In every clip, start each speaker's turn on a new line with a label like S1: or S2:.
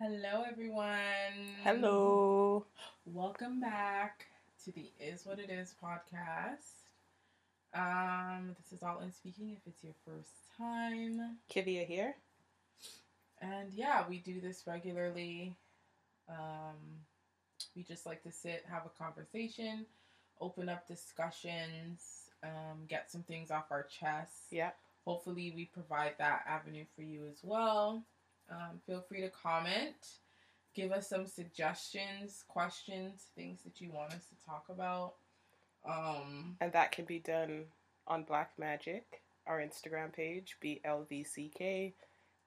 S1: Hello, everyone.
S2: Hello.
S1: Welcome back to the Is What It Is podcast. Um, this is All In Speaking if it's your first time.
S2: Kivia here.
S1: And yeah, we do this regularly. Um, we just like to sit, have a conversation, open up discussions, um, get some things off our chests.
S2: Yeah.
S1: Hopefully, we provide that avenue for you as well. Um, feel free to comment, give us some suggestions, questions, things that you want us to talk about. Um,
S2: And that can be done on Black Magic, our Instagram page, B L V C K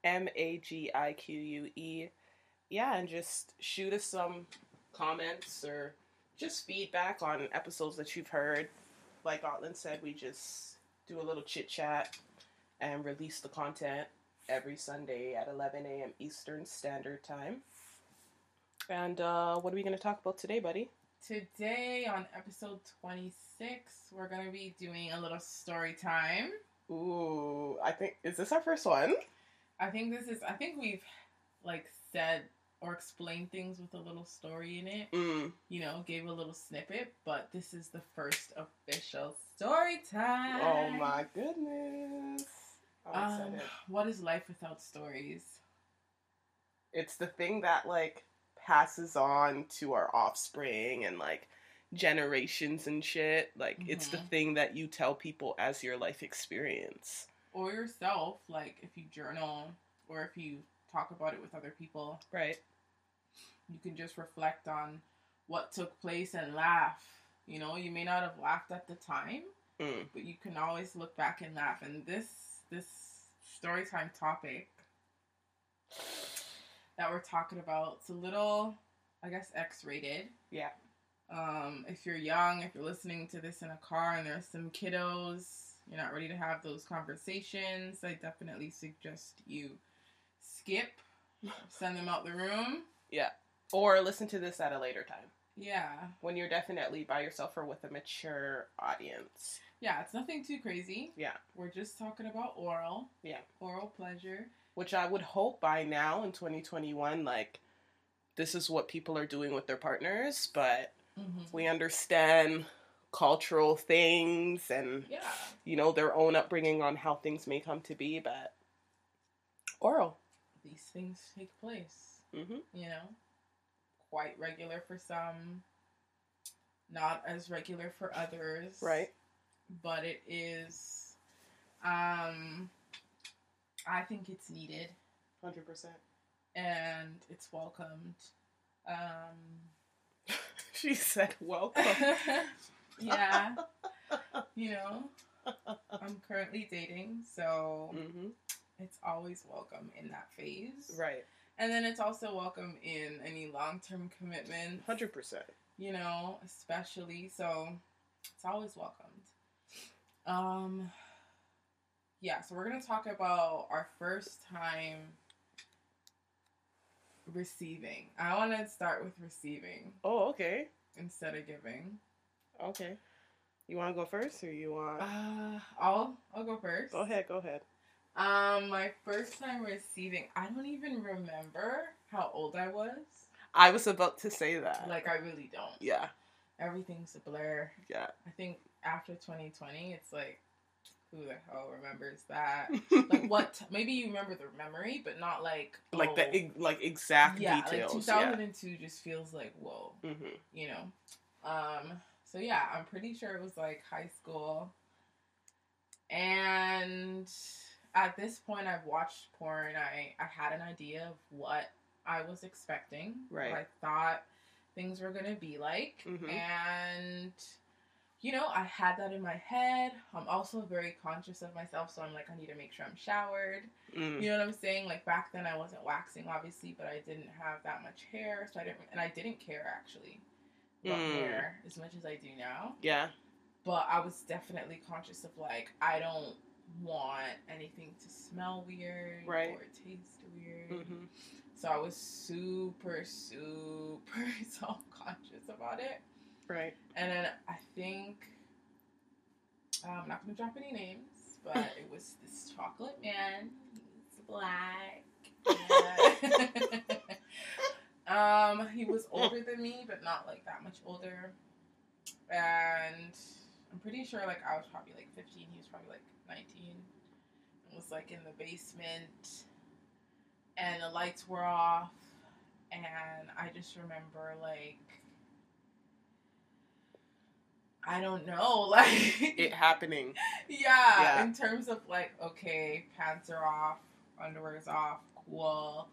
S2: M A G I Q U E. Yeah, and just shoot us some comments or just feedback on episodes that you've heard. Like Otlin said, we just do a little chit chat and release the content every Sunday at 11 a.m. Eastern Standard Time. And uh, what are we going to talk about today, buddy?
S1: today on episode 26, we're going to be doing a little story time.
S2: Ooh, I think is this our first one?
S1: I think this is, I think we've like said or explained things with a little story in it,
S2: Mm.
S1: you know, gave a little snippet, but this is the first official story time.
S2: Oh my goodness! Oh, I'm
S1: Um,
S2: excited.
S1: what is life without stories?
S2: It's the thing that like passes on to our offspring and like generations and shit. Like it's the
S1: Mhm.
S2: thing that you tell people as your life experience.
S1: or yourself, like if you journal or if you talk about it with other people,
S2: Right.
S1: you can just reflect on what took place and laugh. You know, you may not have laughed at the time,
S2: Mm.
S1: but you can always look back and laugh. And this this story time topic that we're talking about, it's a little, I guess, X rated.
S2: Yeah.
S1: Um, if you're young, if you're listening to this in a car and there's some kiddos, you're not ready to have those conversations, I definitely suggest you skip, send them out the room.
S2: Or listen to this at a later time
S1: Yeah.
S2: when you're definitely by yourself or with a mature audience.
S1: Yeah, it's nothing too crazy.
S2: Yeah.
S1: We're just talking about oral.
S2: Yeah.
S1: Oral pleasure.
S2: which I would hope by now in 2021, like this is what people are doing with their partners, but
S1: Mm-hmm.
S2: we understand cultural things and
S1: Yeah.
S2: you know their own upbringing on how things may come to be, but oral.
S1: These things take place.
S2: hmm
S1: you know, quite regular for some, not as regular for others.
S2: Right.
S1: But it is, um, I think it's needed
S2: Hundred percent.
S1: and it's welcomed. Um,
S2: She said, "Welcome."
S1: yeah, you know, I'm currently dating, so
S2: hmm
S1: it's always welcome in that phase.
S2: Right.
S1: And then it's also welcome in any long term commitment.
S2: Hundred percent.
S1: you know, especially. So it's always welcomed. Um, yeah, so we're gonna talk about our first time receiving. I want to start with receiving
S2: Oh, okay.
S1: instead of giving.
S2: Okay. You want to go first, or you want?
S1: Uh, I'll I'll go first.
S2: Go ahead. Go ahead.
S1: Um, my first time receiving. I don't even remember how old I was.
S2: I was about to say that.
S1: Like I really don't.
S2: yeah,
S1: Everything's a blur.
S2: yeah.
S1: I think after 2020, it's like, who the hell remembers that? like what? Maybe you remember the memory, but not like
S2: like
S1: oh,
S2: the ex- like exact
S1: yeah,
S2: details.
S1: like 2002 just feels like whoa,
S2: yeah. hmm
S1: you know. Um. So yeah, I'm pretty sure it was like high school, and at this point, I've watched porn. I I had an idea of what I was expecting.
S2: Right.
S1: What I thought things were gonna be like,
S2: Mhm.
S1: and you know, I had that in my head. I'm also very conscious of myself, so I'm like, I need to make sure I'm showered.
S2: Mm.
S1: You know what I'm saying? Like back then, I wasn't waxing, obviously, but I didn't have that much hair, so I didn't, and I didn't care actually about
S2: Mm.
S1: hair as much as I do now.
S2: Yeah.
S1: But I was definitely conscious of like, I don't want anything to smell weird
S2: Right.
S1: or taste weird.
S2: hmm
S1: So I was super, super self conscious about it.
S2: Right.
S1: And then I think I'm not gonna drop any names, but it was this chocolate man. He's black. um, older than me, but not like that much older. And I'm pretty sure like I was probably like 15. He was probably like 19. It was like in the basement, and the lights were off, and I just remember like. I don't know, like
S2: It happening.
S1: yeah,
S2: Yeah.
S1: in terms of like, okay, pants are off, underwear's off, cool.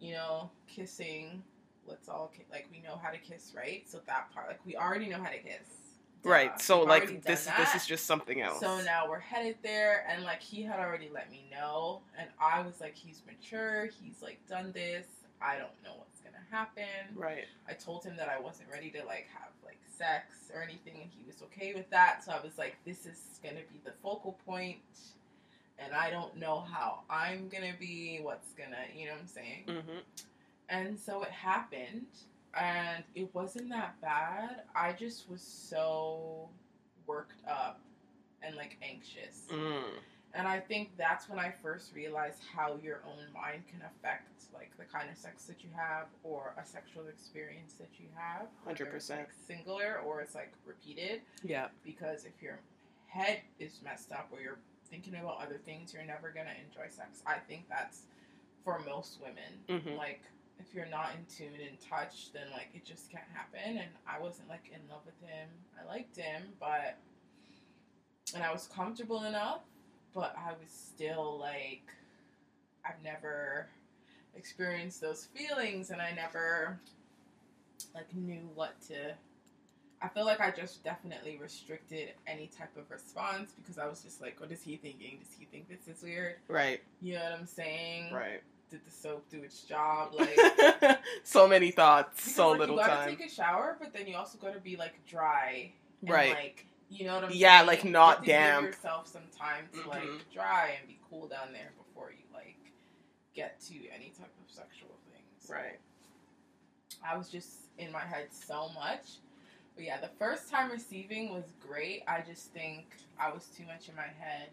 S1: You know, kissing. Let's all ki- like we know how to kiss, right? So that part, like we already know how to kiss. Duh.
S2: Right. So
S1: We've already
S2: like
S1: done
S2: this this
S1: that.
S2: is just something else.
S1: So now we're headed there, and like he had already let me know, and I was like, he's mature. He's like done this. I don't know what's gonna happen.
S2: Right.
S1: I told him that I wasn't ready to like have like sex or anything, and he was okay with that. So I was like, this is gonna be the focal point, and I don't know how I'm gonna be, what's gonna, you know what I'm saying?
S2: hmm
S1: And so it happened, and it wasn't that bad. I just was so worked up and like anxious.
S2: Mm.
S1: And I think that's when I first realized how your own mind can affect like the kind of sex that you have or a sexual experience that you have. whether it's,
S2: 100%.
S1: Like singular or it's like repeated.
S2: Yeah.
S1: Because if your head is messed up or you're thinking about other things, you're never gonna enjoy sex. I think that's for most women.
S2: hmm
S1: Like if you're not in tune and touch, then like it just can't happen. And I wasn't like in love with him. I liked him, but and I was comfortable enough, but I was still like I've never experienced those feelings and I never like knew what to I feel like I just definitely restricted any type of response because I was just like, what is he thinking? Does he think this is weird?
S2: Right.
S1: You know what I'm saying?
S2: Right.
S1: Did the soap do its job? Mm-hmm. Like
S2: so many thoughts,
S1: Because,
S2: so
S1: like,
S2: little
S1: you gotta
S2: time.
S1: take a shower, but then you also gotta be like dry, and,
S2: Right.
S1: Like you know what I'm
S2: Yeah,
S1: saying?
S2: like, not
S1: You have to
S2: damp.
S1: Give yourself some time to
S2: Mhm.
S1: like dry and be cool down there before you like get to any type of sexual things.
S2: right.
S1: I was just in my head so much. But yeah, the first time receiving was great. I just think I was too much in my head,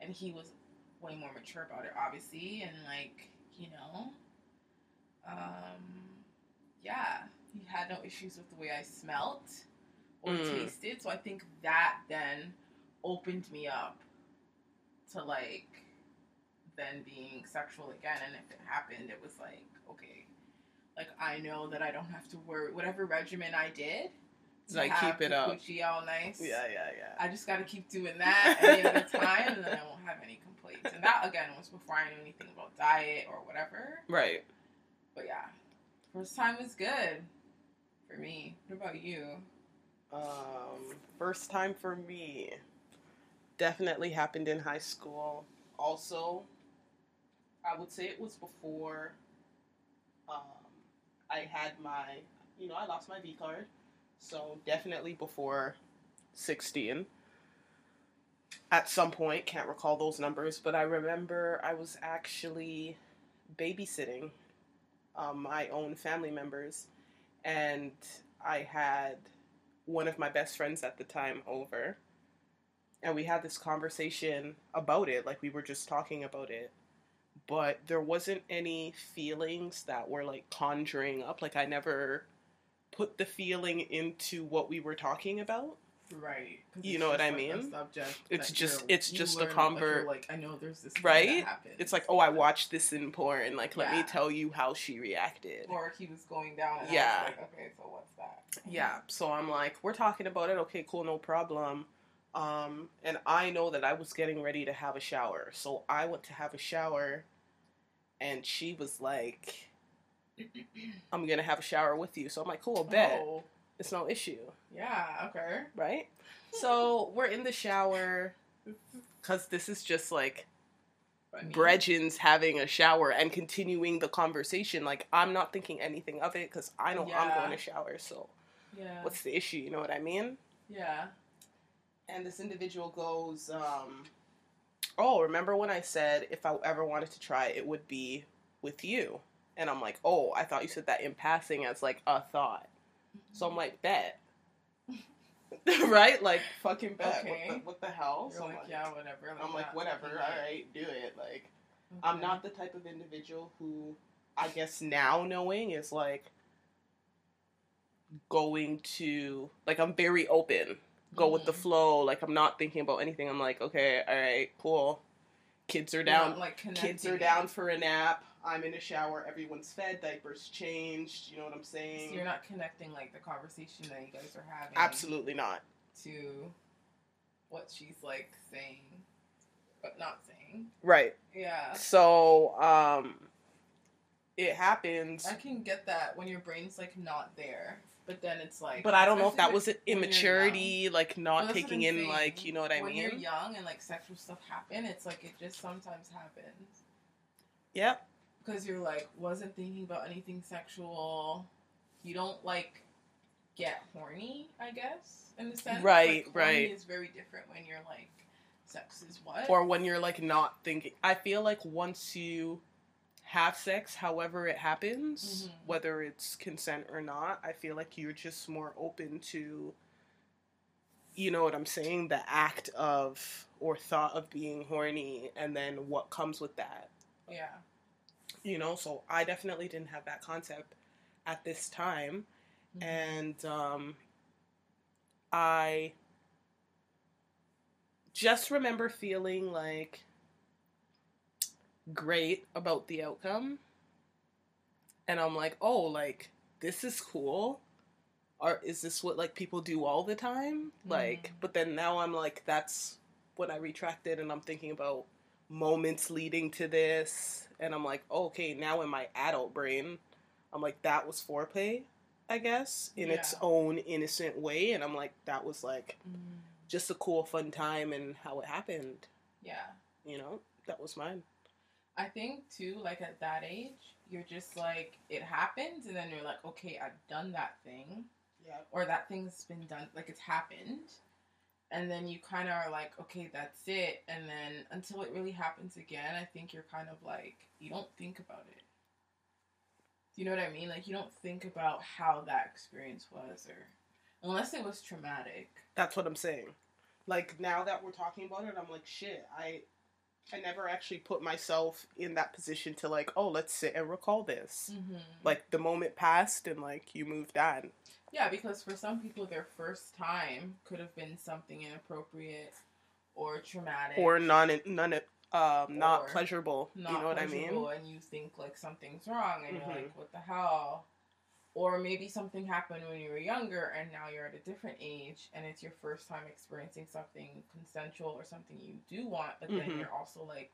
S1: and he was way more mature about it, obviously, and like you know, um, yeah, he had no issues with the way I smelt or
S2: Mm.
S1: tasted. So I think that then opened me up to like then being sexual again. And if it happened, it was like okay. Like I know that I don't have to worry. Whatever regimen I did, to
S2: Like,
S1: have
S2: keep it
S1: the
S2: up.
S1: coochie all nice.
S2: Yeah, yeah, yeah.
S1: I just got to keep doing that any other time, and then I won't have any complaints. And that again was before I knew anything about diet or whatever.
S2: Right.
S1: But yeah, first time was good for me. What about you?
S2: Um, first time for me. Definitely happened in high school. Also, I would say it was before um, I had my, you know, I lost my V card. So definitely before 16. At some point, can't recall those numbers, but I remember I was actually babysitting um, my own family members, and I had one of my best friends at the time over and we had this conversation about it like we were just talking about it but there wasn't any feelings that were like conjuring up like i never put the feeling into what we were talking about
S1: Right. 'cause
S2: You
S1: it's
S2: know what
S1: just,
S2: I
S1: like, a
S2: mean?
S1: subject
S2: It's
S1: that
S2: just-
S1: you're-
S2: it's
S1: you
S2: just a
S1: learn, like, you're
S2: convert-
S1: Like, I know there's this thing
S2: Right?
S1: That happens.
S2: it's like oh i watched this in porn like let me
S1: Yeah.
S2: tell you how she reacted
S1: Or he was going down. And
S2: Yeah.
S1: I was like, okay, so what's that?
S2: Yeah, so I'm like, we're talking about it. Okay, cool, no problem. Um, and I know that I was getting ready to have a shower, so I went to have a shower, and she was like, "I'm gonna have a shower with you." So I'm like, "Cool, bet
S1: Oh,
S2: it's no issue,
S1: yeah. Okay.
S2: right?" So we're in the shower, cause this is just like
S1: Funny.
S2: Bredgen's having a shower and continuing the conversation. Like I'm not thinking anything of it, cause I know I'm
S1: Yeah.
S2: going to shower. So
S1: Yeah.
S2: what's the issue? You know what I mean?
S1: yeah.
S2: and this individual goes, um, "Oh, remember when I said if I ever wanted to try, it would be with you?" And I'm like, "Oh, I thought you said that in passing as like a thought." So I'm like, "Bet." right? Like fucking bet.
S1: Okay.
S2: What, the, what the hell?
S1: You're
S2: So
S1: like, yeah, whatever.
S2: I'm like,
S1: not
S2: whatever.
S1: looking
S2: All
S1: at it.
S2: right, do it. Like, I'm
S1: Okay.
S2: not the type of individual who I guess now knowing is like going to like I'm very open, go
S1: Mm.
S2: with the flow. Like I'm not thinking about anything. I'm like, okay, all right, cool. Kids are down.
S1: like
S2: Kids are
S1: connecting.
S2: down for a nap. I'm in a shower. Everyone's fed. Diapers changed. You know what I'm saying?
S1: So you're not connecting like the conversation that you guys are having.
S2: Absolutely not.
S1: To what she's like saying, but not saying.
S2: Right.
S1: Yeah.
S2: So, um, it happens.
S1: I can get that when your brain's like not there, but then it's like.
S2: But I don't know if
S1: especially
S2: that was an
S1: you're
S2: immaturity, like
S1: Well,
S2: not
S1: that's what
S2: taking
S1: I'm
S2: in,
S1: saying.
S2: like you know what I
S1: when you're
S2: mean?
S1: young and like sexual stuff happen, it's like it just sometimes happens
S2: Yep.
S1: because you're like wasn't thinking about anything sexual. You don't like get horny, I guess, in the sense.
S2: Right,
S1: like, horny
S2: right.
S1: Is very different when you're like, sex is what.
S2: Or when you're like not thinking. I feel like once you have sex, however it happens,
S1: Mhm.
S2: whether it's consent or not, I feel like you're just more open to, you know what I'm saying, the act of or thought of being horny, and then what comes with that.
S1: yeah.
S2: you know so i definitely didn't have that concept at this time and um i just remember feeling like great about the outcome and i'm like oh like this is cool or is this what like people do all the time like
S1: Mhm.
S2: but then now i'm like that's when i retracted and i'm thinking about moments leading to this and i'm like okay now in my adult brain i'm like that was foreplay i guess in its
S1: Yeah.
S2: own innocent way and i'm like that was like
S1: Mm,
S2: just a cool fun time and how it happened
S1: yeah.
S2: you know that was mine
S1: I think too, like at that age, you're just like it happens, and then you're like, okay, I've done that thing,
S2: yeah
S1: or that thing's been done, like it's happened, and then you kind of are like, okay, that's it, and then until it really happens again, I think you're kind of like you don't think about it. You know what I mean? Like you don't think about how that experience was, or unless it was traumatic.
S2: that's what i'm saying like now that we're talking about it i'm like shit i i never actually put myself in that position to like oh let's sit and recall this
S1: Mm-hmm.
S2: like the moment passed and like you moved on
S1: Yeah, because for some people, their first time could have been something inappropriate or traumatic
S2: or non none um not
S1: Or
S2: pleasurable.
S1: not
S2: you know what I mean?
S1: pleasurable, And you think like something's wrong, and
S2: Mhm.
S1: you're like, "What the hell?" Or maybe something happened when you were younger, and now you're at a different age, and it's your first time experiencing something consensual or something you do want, but
S2: Mhm.
S1: then you're also like,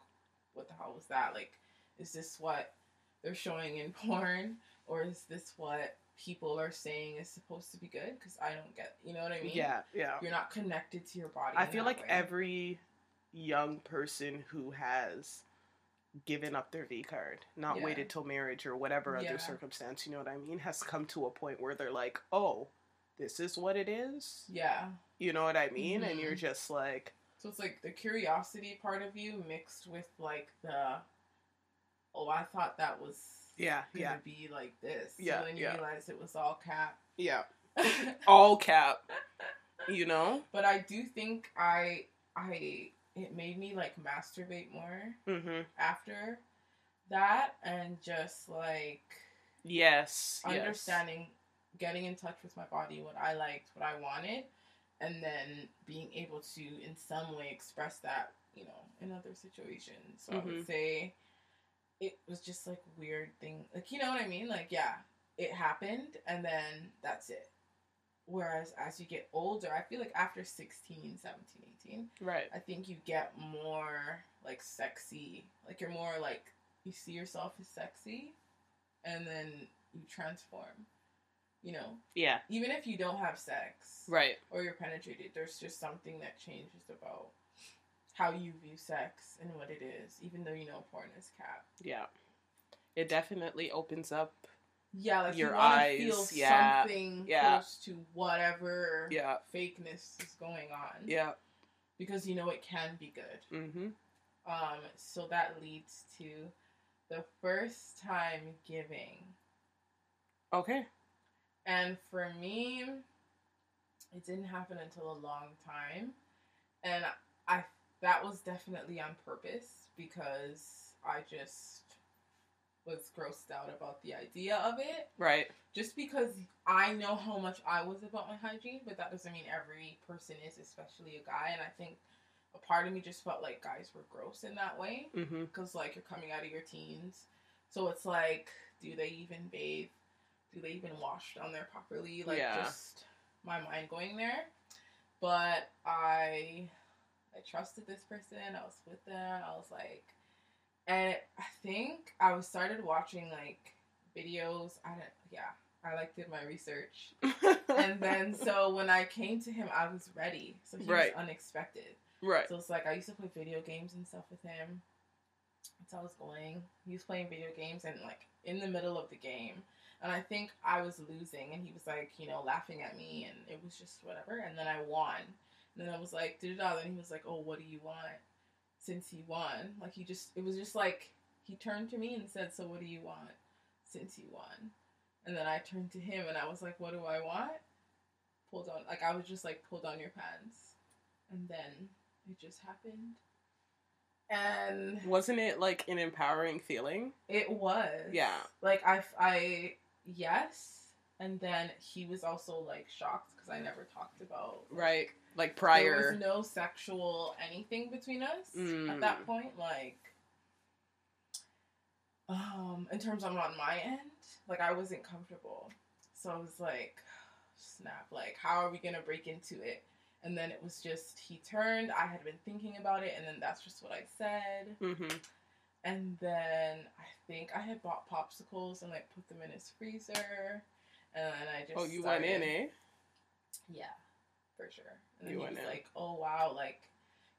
S1: "What the hell was that? Like, is this what they're showing in porn, or is this what?" People are saying is supposed to be good because I don't get, you know what I mean?
S2: Yeah, yeah.
S1: you're not connected to your body.
S2: I
S1: in
S2: feel
S1: that
S2: like
S1: way.
S2: every young person who has given up their V card, not
S1: Yeah.
S2: waited till marriage or whatever
S1: Yeah.
S2: other circumstance, you know what I mean, has come to a point where they're like, "Oh, this is what it is."
S1: yeah.
S2: You know what I mean? And
S1: Mhm.
S2: you're just like,
S1: So it's like the curiosity part of you mixed with like the oh, I thought that was
S2: yeah,
S1: gonna
S2: yeah,
S1: be like this.
S2: Yeah,
S1: So then you
S2: yeah.
S1: realize it was all cap.
S2: yeah. All cap. You know?
S1: but I do think I I it made me like masturbate more
S2: Mhm.
S1: after that and just like
S2: Yes. yes.
S1: understanding getting in touch with my body, what I liked, what I wanted, and then being able to in some way express that, you know, in other situations. So I
S2: Mhm.
S1: would say it was just like weird thing like you know what I mean? Like yeah, it happened and then that's it. Whereas as you get older, I feel like after 16, 17, 18,
S2: Right.
S1: I think you get more like sexy. Like you're more like you see yourself as sexy and then you transform. You know,
S2: Yeah.
S1: even if you don't have sex
S2: Right.
S1: or you're penetrated, there's just something that changes about how you view sex and what it is, even though you know porn is cap.
S2: Yeah. It definitely opens up.
S1: Yeah, like
S2: Your
S1: you want
S2: eyes,
S1: to feel
S2: yeah,
S1: something
S2: yeah.
S1: close to whatever
S2: Yeah.
S1: fakeness is going on.
S2: Yeah.
S1: Because you know it can be good.
S2: Mm-hmm.
S1: Um, so that leads to the first time giving.
S2: Okay.
S1: And for me, it didn't happen until a long time. And I that was definitely on purpose because I just was grossed out about the idea of it.
S2: Right.
S1: Just because I know how much I was about my hygiene, but that doesn't mean every person is, especially a guy. And I think a part of me just felt like guys were gross in that way
S2: Mm-hmm.
S1: because like you're coming out of your teens so it's like do they even bathe do they even wash down there properly like
S2: Yeah.
S1: just my mind going there but i i trusted this person i was with them i was like and i think i was started watching like videos i don't yeah i like did my research and then so when i came to him i was ready so he
S2: Right.
S1: was unexpected
S2: right.
S1: so it's like I used to play video games and stuff with him. That's how I was going. He was playing video games and like in the middle of the game. And I think I was losing and he was like, you know, laughing at me and it was just whatever. And then I won. And then I was like, did it all. And he was like, oh, what do you want? Since he won. Like he just, it was just like, he turned to me and said, so what do you want? Since he won. And then I turned to him and I was like, what do I want? Pull down, like I was just like, pull down your pants. And then it just happened. And
S2: Wasn't it like an empowering feeling?
S1: it was.
S2: Yeah.
S1: Like, I, I, yes. And then he was also like shocked because I never talked about. like,
S2: Right. Like
S1: There
S2: prior.
S1: was no sexual anything between us
S2: Mm.
S1: at that point. Like, um, in terms of on my end, like I wasn't comfortable. So I was like, snap, like, how are we gonna break into it? And then it was just he turned, I had been thinking about it, and then that's just what I said.
S2: hmm
S1: And then I think I had bought popsicles and like put them in his freezer. And I just
S2: Oh, you
S1: started,
S2: went in, eh?
S1: yeah, for sure. And then
S2: You
S1: he
S2: went
S1: was
S2: in.
S1: like, "Oh wow, like,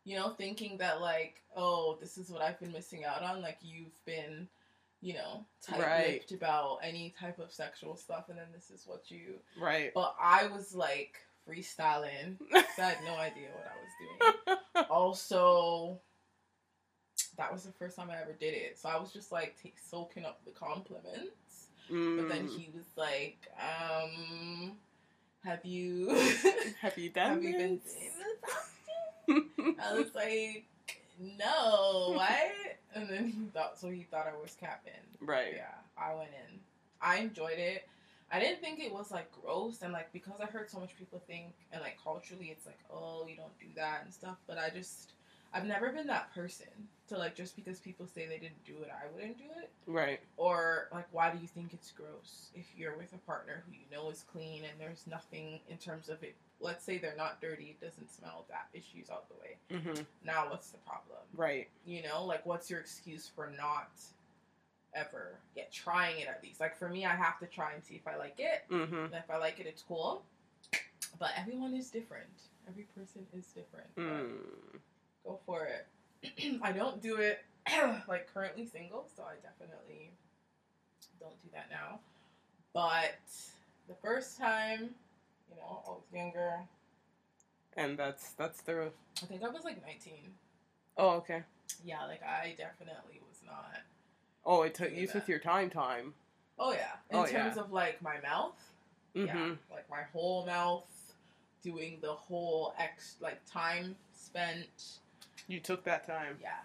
S1: you know, thinking that like, oh, this is what I've been missing out on. Like, you've been, you know, tight-lipped about any type of sexual stuff, and then this is what you."
S2: Right.
S1: But I was like freestyling. So I had no idea what I was doing. Also, that was the first time I ever did it, so I was just like t- soaking up the compliments. But then
S2: Mm.
S1: he was like, um, "Have you?"
S2: Have you done
S1: Have you been Uh,
S2: this?
S1: seeing this? I was like, no, what? And then he thought, so he thought I was capping.
S2: right.
S1: Yeah, I went in. I enjoyed it. I didn't think it was like gross and like because I heard so much people think and like culturally it's like, oh, you don't do that and stuff. But I just, I've never been that person to like just because people say they didn't do it, I wouldn't do it
S2: Right.
S1: or like why do you think it's gross if you're with a partner who you know is clean and there's nothing in terms of it let's say they're not dirty it doesn't smell that issues out the way
S2: hmm
S1: now what's the problem
S2: Right.
S1: you know like what's your excuse for not ever yet trying it at least like for me i have to try and see if i like it
S2: hmm
S1: and if i like it it's cool but everyone is different every person is different
S2: Mm.
S1: go for it. I don't do it like currently single, so I definitely don't do that now. But the first time, you know, I was younger.
S2: And that's that's the.
S1: I think I was like 19.
S2: Oh, okay.
S1: Yeah, like I definitely was not.
S2: Oh, it took
S1: Look at
S2: you
S1: that.
S2: with your time. Time.
S1: Oh yeah, in
S2: Oh,
S1: terms of like my mouth,
S2: hmm
S1: yeah, like my whole mouth, doing the whole ex like time spent.
S2: You took that time
S1: Yeah,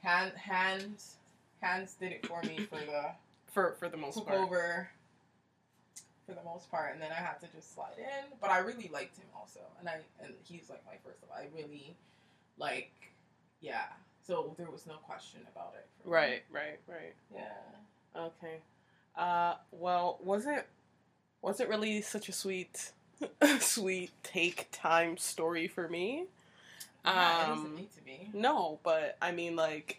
S1: hand hands hands did it for me for the
S2: for for the most
S1: took
S2: part.
S1: over for the most part, and then I had to just slide in. But I really liked him also, and I and he's like my first love. I really like, yeah. So there was no question about it. for me.
S2: Right. Right. Right.
S1: Yeah.
S2: Okay. Uh, well, wasn't wasn't really such a sweet sweet take time story for me.
S1: yeah it doesn't
S2: Um,
S1: need to be.
S2: no, but I mean, like,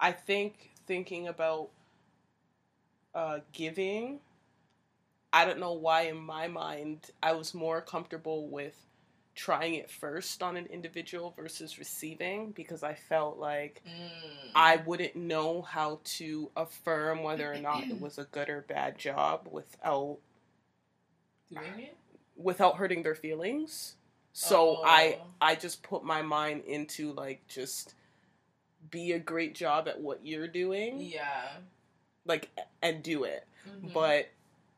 S2: I think thinking about uh, giving, I don't know why in my mind I was more comfortable with trying it first on an individual versus receiving because I felt like
S1: Mm.
S2: I wouldn't know how to affirm whether or not it was a good or bad job without
S1: doing it.
S2: without hurting their feelings. So I
S1: Oh.
S2: I just put my mind into like just be a great job at what you're doing,
S1: Yeah.
S2: like and do it.
S1: Mhm.
S2: But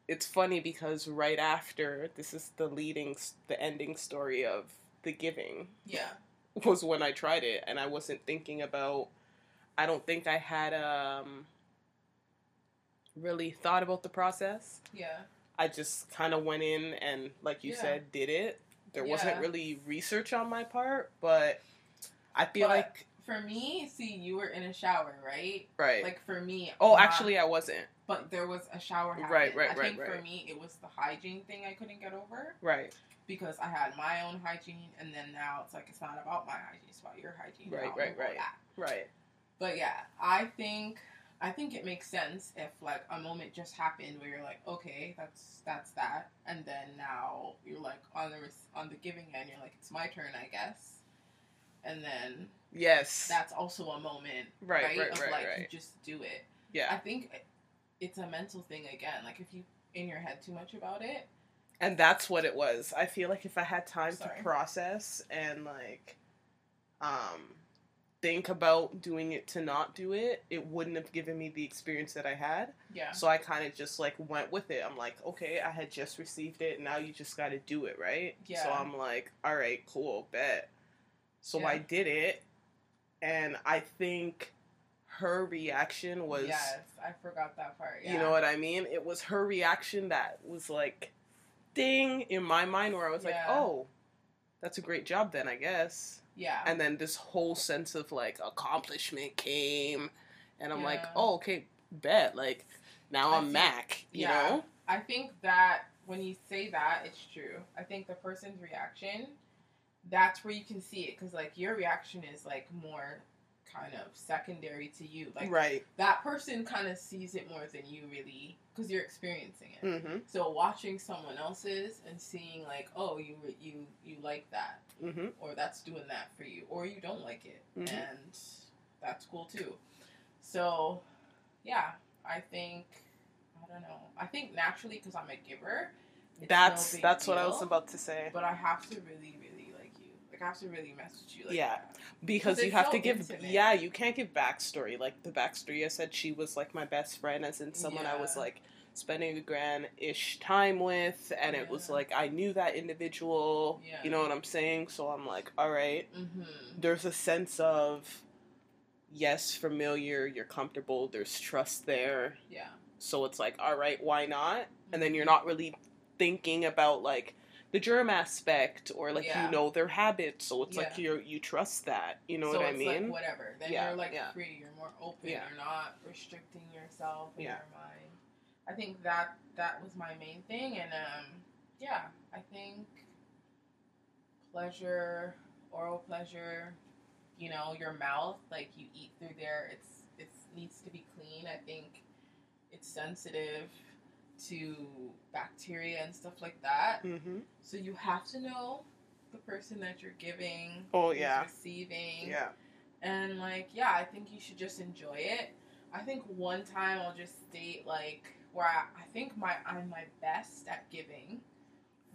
S2: it's funny because right after this is the leading s- the ending story of the giving
S1: yeah.
S2: was when I tried it and I wasn't thinking about I don't think I had um really thought about the process.
S1: Yeah.
S2: I just kind of went in and, like you
S1: Yeah.
S2: said, did it. There
S1: Yeah.
S2: wasn't really research on my part, but I feel
S1: But-
S2: like
S1: For me, see, you were in a shower, right?
S2: right.
S1: Like for me.
S2: oh,
S1: my-
S2: actually, I wasn't.
S1: But there was a shower. Habit.
S2: Right, right,
S1: I
S2: right,
S1: think For
S2: right.
S1: me, it was the hygiene thing I couldn't get over
S2: Right,
S1: because I had my own hygiene, and then now it's like it's not about my hygiene; it's about your hygiene.
S2: Right,
S1: I don't
S2: right,
S1: know about
S2: right.
S1: that.
S2: right,
S1: But yeah, I think I think it makes sense if like a moment just happened where you're like, okay, that's that's that, and then now you're like on the rec- on the giving end, you're like, it's my turn, I guess, and then
S2: yes,
S1: that's also a moment,
S2: right, right, right,
S1: of
S2: right,
S1: like you just do it. I
S2: Yeah,
S1: think it's a mental thing again. Like if you in your head too much about it,
S2: and that's what it was. I feel like if I had time
S1: Sorry.
S2: to process and like, um, think about doing it to not do it, it wouldn't have given me the experience that I had.
S1: yeah,
S2: So I kind of just like went with it. I'm like, okay, I had just received it. Now you just got to do it, right? So
S1: Yeah.
S2: I'm like, all right, cool, bet. So I
S1: Yeah.
S2: did it, and I think her reaction was,
S1: yes, I forgot that part. Yeah.
S2: you know what I mean? It was her reaction that was like, ding in my mind, where I was like,
S1: Yeah.
S2: oh, that's a great job, then I guess.
S1: yeah,
S2: And then this whole sense of like accomplishment came, and I'm like,
S1: Yeah.
S2: oh, okay, bet. Like now
S1: I
S2: I'm
S1: see.
S2: Mac, you
S1: Yeah.
S2: know?
S1: I think that when you say that, it's true. I think the person's reaction, that's where you can see it because like your reaction is like more kind of secondary to you. Like
S2: right.
S1: that person kind of sees it more than you really because you're experiencing it.
S2: Mm-hmm.
S1: So watching someone else's and seeing like, oh, you you you like that,
S2: Mm-hmm.
S1: or that's doing that for you, or you don't like it,
S2: Mhm.
S1: and that's cool too. So, yeah, I think I don't know. I think naturally because I'm a giver, it's no
S2: That's
S1: big
S2: that's what I
S1: deal,
S2: was about to say.
S1: But I have to really, really like you. Like I have to really mess with you. Like
S2: Yeah.
S1: that.
S2: Because you
S1: it's
S2: have
S1: so
S2: to give
S1: intimate.
S2: yeah, you can't give backstory. Like the backstory I said she was like my best friend as in someone I was
S1: Yeah.
S2: like spending a grand ish time with and it was
S1: Yeah.
S2: like I knew that individual.
S1: Yeah.
S2: You know what I'm saying? So I'm like, all right.
S1: Mm-hmm.
S2: There's a sense of yes, familiar, you're comfortable, there's trust there.
S1: Yeah.
S2: So it's like, all right, why not? And then you're not really thinking about like the germ aspect or like
S1: Yeah.
S2: you know their habits. So it's like you you trust that. You know
S1: so
S2: what I
S1: it's
S2: mean?
S1: Like whatever. Then
S2: Yeah,
S1: you're like
S2: yeah.
S1: free. You're more open.
S2: Yeah.
S1: You're not restricting yourself in
S2: Yeah.
S1: your mind. I think that that was my main thing, and um, yeah, I think pleasure, oral pleasure, you know, your mouth, like you eat through there. It's it needs to be clean. I think it's sensitive to bacteria and stuff like that.
S2: mm-hmm.
S1: So you have to know the person that you're giving.
S2: Oh,
S1: who's
S2: yeah.
S1: Receiving.
S2: Yeah.
S1: And like, yeah, I think you should just enjoy it. I think one time I'll just state like where I, I think my I'm my best at giving.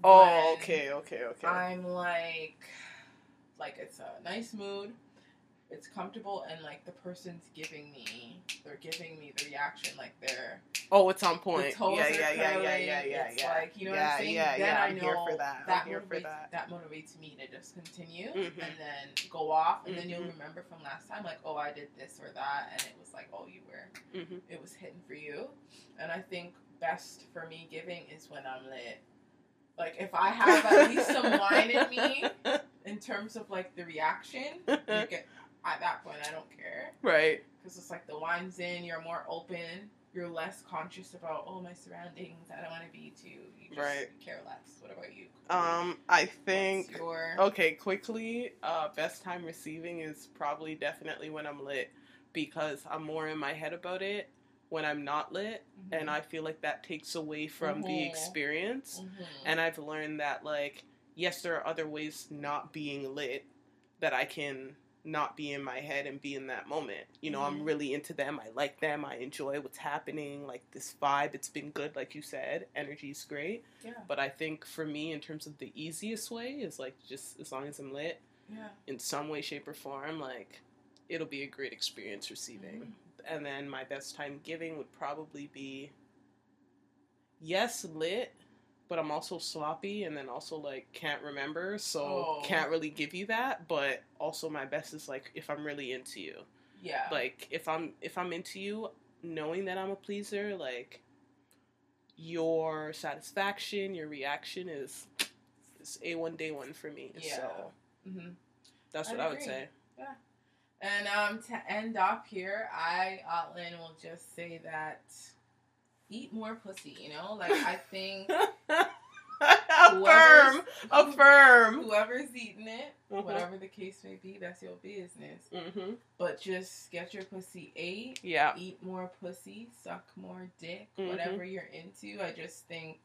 S2: Oh,
S1: when
S2: okay, okay, okay.
S1: I'm like, like it's a nice mood, it's comfortable, and like the person's giving me, they're giving me the reaction, like they're
S2: oh, it's on
S1: the
S2: point.
S1: toes
S2: yeah,
S1: are
S2: yeah, yeah, yeah,
S1: curling,
S2: yeah, yeah,
S1: It's
S2: yeah.
S1: like you know what
S2: Yeah,
S1: I'm saying.
S2: yeah,
S1: then
S2: yeah,
S1: I
S2: I'm
S1: know
S2: here for that.
S1: That
S2: I'm here for
S1: motivates,
S2: that.
S1: motivates me to just continue
S2: Mhm.
S1: and then go off, and then you'll
S2: Mhm.
S1: remember from last time, like oh I did this or that, and it was like oh you were
S2: Mm-hmm.
S1: it was hitting for you. And I think best for me giving is when I'm lit. Like if I have at least some wine in me in terms of like the reaction, you get, at that point I don't care
S2: right.
S1: because it's like the wine's in, you're more open, you're less conscious about oh my surroundings. I don't want to be too. You just
S2: Right.
S1: care less. What about you?
S2: Um, I
S1: What's
S2: think. Oh,
S1: your
S2: Okay, quickly, uh, best time receiving is probably definitely when I'm lit because I'm more in my head about it when I'm not lit,
S1: Mm-hmm.
S2: and I feel like that takes away from the
S1: Mhm.
S2: experience.
S1: Mm-hmm.
S2: And I've learned that, like, yes, there are other ways not being lit that I can not be in my head and be in that moment. You know, I'm
S1: Mhm.
S2: really into them, I like them, I enjoy what's happening, like, this vibe, it's been good, like you said, energy's great.
S1: yeah,
S2: But I think for me, in terms of the easiest way, is like just as long as I'm lit
S1: yeah,
S2: in some way, shape, or form, like it'll be a great experience receiving.
S1: Mm-hmm.
S2: And then my best time giving would probably be yes, lit, but I'm also sloppy and then also like can't remember, so
S1: Oh.
S2: can't really give you that. But also, my best is like if I'm really into you
S1: yeah.
S2: like if i'm if i'm into you knowing that I'm a pleaser, like your satisfaction, your reaction is is a one day one for me.
S1: Yeah.
S2: So
S1: hmm
S2: that's
S1: I'd
S2: what I would
S1: agree.
S2: say.
S1: And um, to end off here, I Otlin will just say that eat more pussy. You know, like I think
S2: affirm, affirm.
S1: whoever's eating it,
S2: Mhm.
S1: whatever the case may be, that's your business.
S2: Mm-hmm.
S1: But just get your pussy ate.
S2: Yeah.
S1: eat more pussy, suck more dick,
S2: Mhm.
S1: whatever you're into. I just think,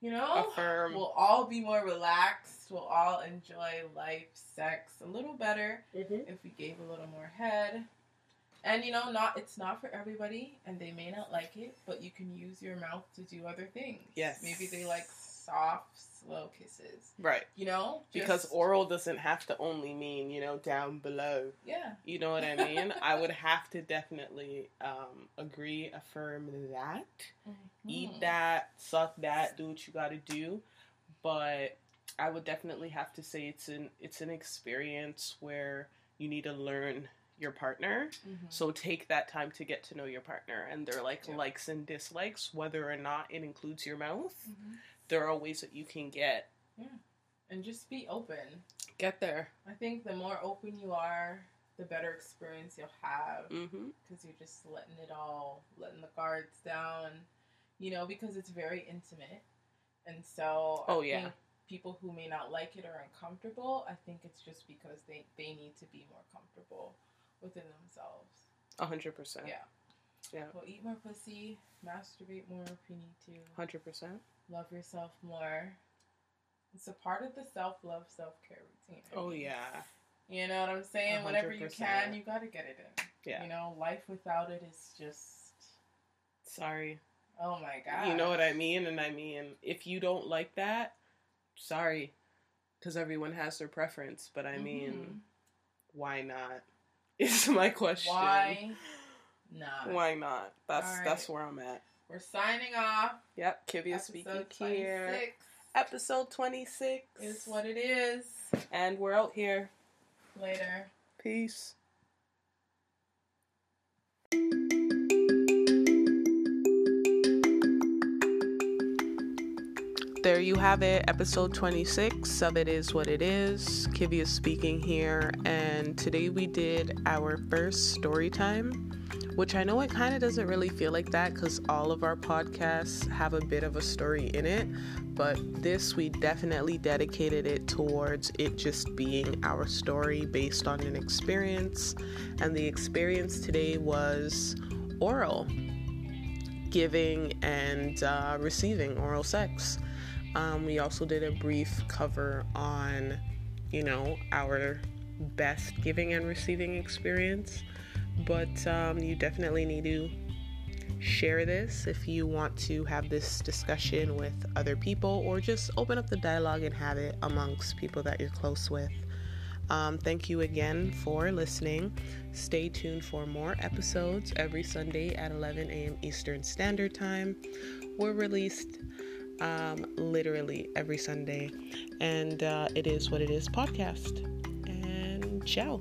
S1: you know,
S2: Affirm.
S1: Oh, we'll all be more relaxed. We'll all enjoy life, sex a little better
S2: Mhm.
S1: if we gave a little more head. And you know, not it's not for everybody, and they may not like it, but you can use your mouth to do other things.
S2: Yes.
S1: maybe they like soft, slow kisses.
S2: Right.
S1: You know,
S2: Because
S1: Just-
S2: oral doesn't have to only mean, you know, down below.
S1: yeah,
S2: You know what I mean? I would have to definitely um, agree, affirm that, eat
S1: Mhm.
S2: that, suck that, do what you got to do. But I would definitely have to say it's an it's an experience where you need to learn your partner.
S1: Mhm.
S2: So take that time to get to know your partner and their like
S1: Yeah.
S2: likes and dislikes, whether or not it includes your mouth.
S1: Mhm.
S2: There are ways that you can get
S1: and just be open.
S2: get there.
S1: I think the more open you are, the better experience you'll have
S2: Mm-hmm.
S1: because you're just letting it all, letting the guards down, you know, because it's very intimate. And so,
S2: Oh,
S1: I
S2: yeah.
S1: think people who may not like it or uncomfortable, I think it's just because they, they need to be more comfortable within themselves.
S2: hundred percent.
S1: Yeah.
S2: Yeah.
S1: Well, eat more pussy, masturbate more if you need to,
S2: Hundred percent.
S1: love yourself more. It's a part of the self love, self care routine. I
S2: Oh
S1: mean.
S2: yeah.
S1: You know what I'm saying?
S2: A
S1: Whenever
S2: hundred
S1: you
S2: percent.
S1: can, you gotta get it in.
S2: Yeah.
S1: You know, life without it is just
S2: Sorry.
S1: oh my god.
S2: You know what I mean? And I mean, if you don't like that, sorry. Because everyone has their preference. But I
S1: Mm-hmm.
S2: mean, why not? Is my question.
S1: Why not?
S2: Why not? That's
S1: All right.
S2: that's where I'm at.
S1: We're signing off.
S2: Yep. Kivia speaking
S1: Episode
S2: here.
S1: 26
S2: Episode 26.
S1: is what it is.
S2: And we're out here.
S1: Later.
S2: Peace. There you have it, episode 26 of It Is What It Is. Kivia speaking here, and today we did our first story time, which I know it kind of doesn't really feel like that because all of our podcasts have a bit of a story in it, but this we definitely dedicated it towards it just being our story based on an experience, and the experience today was oral giving and uh, receiving oral sex. Um, we also did a brief cover on, you know, our best giving and receiving experience. But um, you definitely need to share this if you want to have this discussion with other people or just open up the dialogue and have it amongst people that you're close with. Um, thank you again for listening. Stay tuned for more episodes every Sunday at 11 a.m. Eastern Standard Time. We're released um, literally every Sunday, and uh, it is what it is podcast. And ciao.